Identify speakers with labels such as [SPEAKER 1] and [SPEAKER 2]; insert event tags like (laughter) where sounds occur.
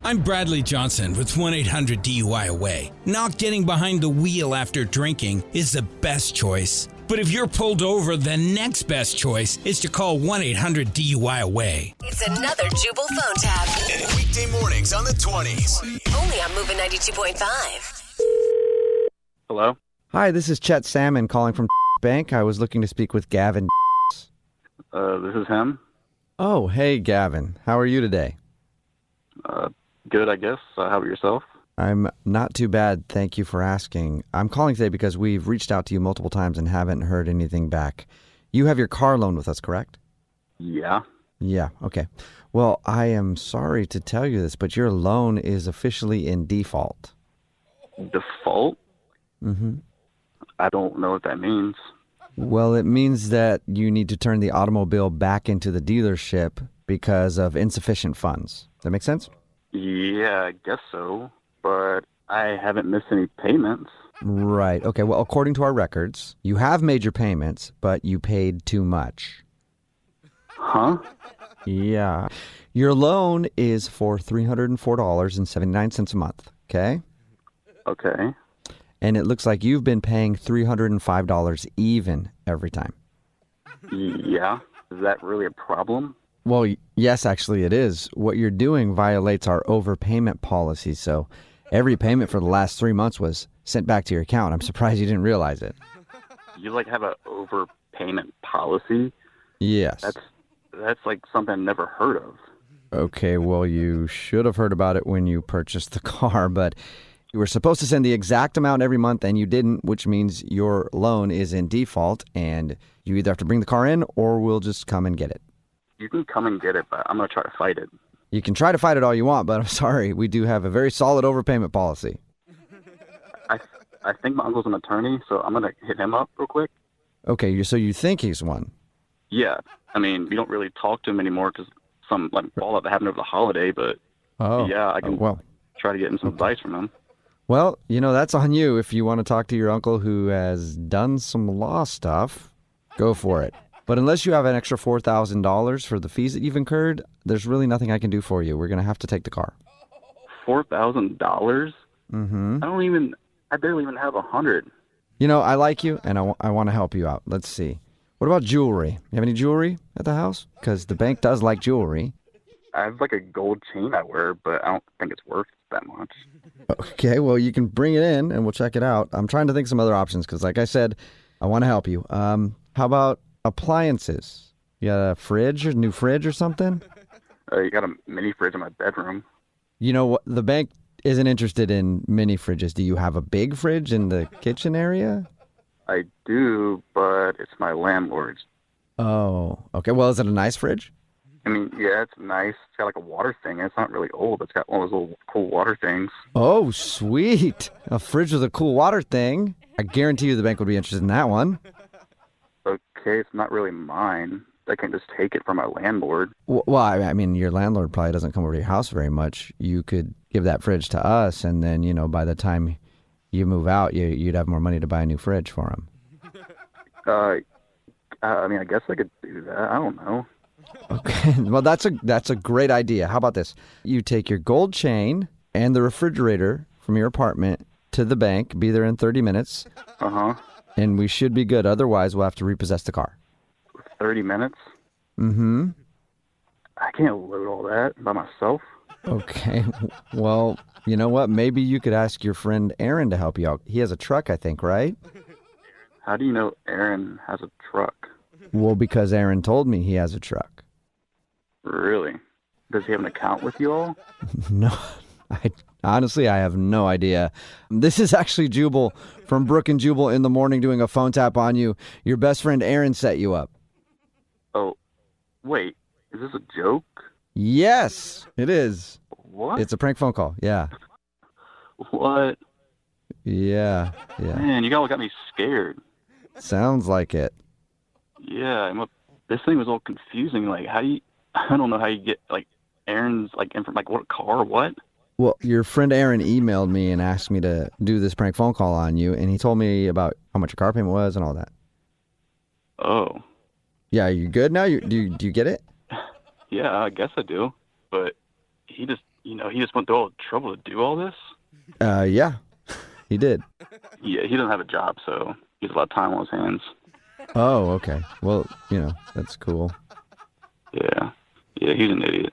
[SPEAKER 1] I'm Bradley Johnson with 1 800 DUI Away. Not getting behind the wheel after drinking is the best choice. But if you're pulled over, the next best choice is to call 1 800 DUI Away.
[SPEAKER 2] It's another Jubal phone tab.
[SPEAKER 3] And weekday mornings on the 20s.
[SPEAKER 2] Only on Moving 92.5.
[SPEAKER 4] Hello?
[SPEAKER 5] Hi, this is Chet Salmon calling from (laughs) Bank. I was looking to speak with Gavin.
[SPEAKER 4] Uh, this is him.
[SPEAKER 5] Oh, hey, Gavin. How are you today?
[SPEAKER 4] Uh, good, I guess. Uh, how about yourself?
[SPEAKER 5] I'm not too bad. Thank you for asking. I'm calling today because we've reached out to you multiple times and haven't heard anything back. You have your car loan with us, correct?
[SPEAKER 4] Yeah.
[SPEAKER 5] Yeah, okay. Well, I am sorry to tell you this, but your loan is officially in default.
[SPEAKER 4] Default?
[SPEAKER 5] hmm
[SPEAKER 4] I don't know what that means.
[SPEAKER 5] Well, it means that you need to turn the automobile back into the dealership because of insufficient funds. That make sense?
[SPEAKER 4] Yeah, I guess so. But I haven't missed any payments.
[SPEAKER 5] Right. Okay. Well, according to our records, you have made your payments, but you paid too much.
[SPEAKER 4] Huh?
[SPEAKER 5] Yeah. Your loan is for $304.79 a month. Okay.
[SPEAKER 4] Okay.
[SPEAKER 5] And it looks like you've been paying $305 even every time.
[SPEAKER 4] Yeah. Is that really a problem?
[SPEAKER 5] Well, y- yes, actually, it is. What you're doing violates our overpayment policy. So every payment for the last three months was sent back to your account. I'm surprised you didn't realize it.
[SPEAKER 4] You like have a overpayment policy?
[SPEAKER 5] Yes.
[SPEAKER 4] That's that's like something I've never heard of.
[SPEAKER 5] Okay, well, you should have heard about it when you purchased the (laughs) car, but you were supposed to send the exact amount every month and you didn't, which means your loan is in default and you either have to bring the car in or we'll just come and get it.
[SPEAKER 4] You can come and get it, but I'm gonna try to fight it.
[SPEAKER 5] You can try to fight it all you want, but (laughs) I'm sorry, we do have a very solid overpayment policy.
[SPEAKER 4] I I think my uncle's an attorney, so I'm gonna hit him up real quick.
[SPEAKER 5] Okay, you- so you think he's one.
[SPEAKER 4] Yeah, I mean, we don't really talk to him anymore because some like fallout that happened over the holiday. But
[SPEAKER 5] Oh,
[SPEAKER 4] Yeah, I can-
[SPEAKER 5] well,
[SPEAKER 4] try to get him some advice from him.
[SPEAKER 5] well, you know, that's on you. If you want to talk to your uncle who has done some law stuff, go for it. But unless you have an extra $4,000 for the fees that you've incurred, there's really nothing I can do for you. We're going to have to take the car.
[SPEAKER 4] Four thousand dollars?
[SPEAKER 5] hmm
[SPEAKER 4] I don't even. I barely even have a hundred.
[SPEAKER 5] You know, I like you and I want to help you out. Let's see. What about jewelry? You have any jewelry at the house? Because the bank does like jewelry.
[SPEAKER 4] I have like a gold chain I wear, but I don't think it's worth that much.
[SPEAKER 5] Okay, well, you can bring it in and we'll check it out. I'm trying to think some other options because, like I said, I want to help you. Um, how about appliances? You got a fridge, a new fridge or something?
[SPEAKER 4] Uh, you got a mini fridge in my bedroom.
[SPEAKER 5] You know what? The bank isn't interested in mini fridges. Do you have a big fridge in the kitchen area?
[SPEAKER 4] I do, but it's my landlord's.
[SPEAKER 5] Oh, okay. Well, is it a nice fridge?
[SPEAKER 4] I mean, yeah, it's nice. It's got like a water thing. It's not really old. It's got one of those little cool water things.
[SPEAKER 5] Oh, sweet. A fridge with a cool water thing. I guarantee you the bank would be interested in that one.
[SPEAKER 4] Okay, it's not really mine. I can just take it from my landlord.
[SPEAKER 5] W- Well, I I mean, your landlord probably doesn't come over to your house very much. You could give that fridge to us, and then, you know, by the time you move out, you, you'd have more money to buy a new fridge for him.
[SPEAKER 4] Uh, uh, I mean, I guess I could do that. I don't know.
[SPEAKER 5] Okay. Well, that's a that's a great idea. How about this? You take your gold chain and the refrigerator from your apartment to the bank. Be there in 30 minutes,
[SPEAKER 4] Uh huh.
[SPEAKER 5] and we should be good. Otherwise, we'll have to repossess the car.
[SPEAKER 4] 30 minutes?
[SPEAKER 5] Mm-hmm.
[SPEAKER 4] I can't load all that by myself.
[SPEAKER 5] Okay. (laughs) Well, you know what? Maybe you could ask your friend Aaron to help you out. He has a truck, I think, right?
[SPEAKER 4] How do you know Aaron has a truck?
[SPEAKER 5] Well, because Aaron told me he has a truck. (laughs)
[SPEAKER 4] Really? Does he have an account with you all?
[SPEAKER 5] No, I honestly I have no idea. This is actually Jubal from Brook and Jubal in the morning doing a phone tap on you. Your best friend Aaron set you up.
[SPEAKER 4] Oh, wait. Is this a joke?
[SPEAKER 5] Yes, it is.
[SPEAKER 4] What?
[SPEAKER 5] It's a prank phone call. Yeah,
[SPEAKER 4] what?
[SPEAKER 5] yeah, yeah.
[SPEAKER 4] Man, you all got me scared.
[SPEAKER 5] Sounds like it.
[SPEAKER 4] Yeah, I'm a, this thing was all confusing. Like, how do you? (laughs) I don't know how you get like Aaron's like info, like what car? What?
[SPEAKER 5] Well, your friend Aaron emailed me and asked me to do this prank phone call on you, and he told me about how much your car payment was and all that.
[SPEAKER 4] Oh,
[SPEAKER 5] Yeah, you good now? You do you, do you get it?
[SPEAKER 4] yeah, I guess I do. But he just you know, he just went through all the trouble to do all this.
[SPEAKER 5] Uh, yeah, (laughs) he did.
[SPEAKER 4] Yeah, he doesn't have a job, so he has a lot of time on his hands.
[SPEAKER 5] Oh, okay. Well, you know, that's cool.
[SPEAKER 4] Yeah, yeah, he's an idiot.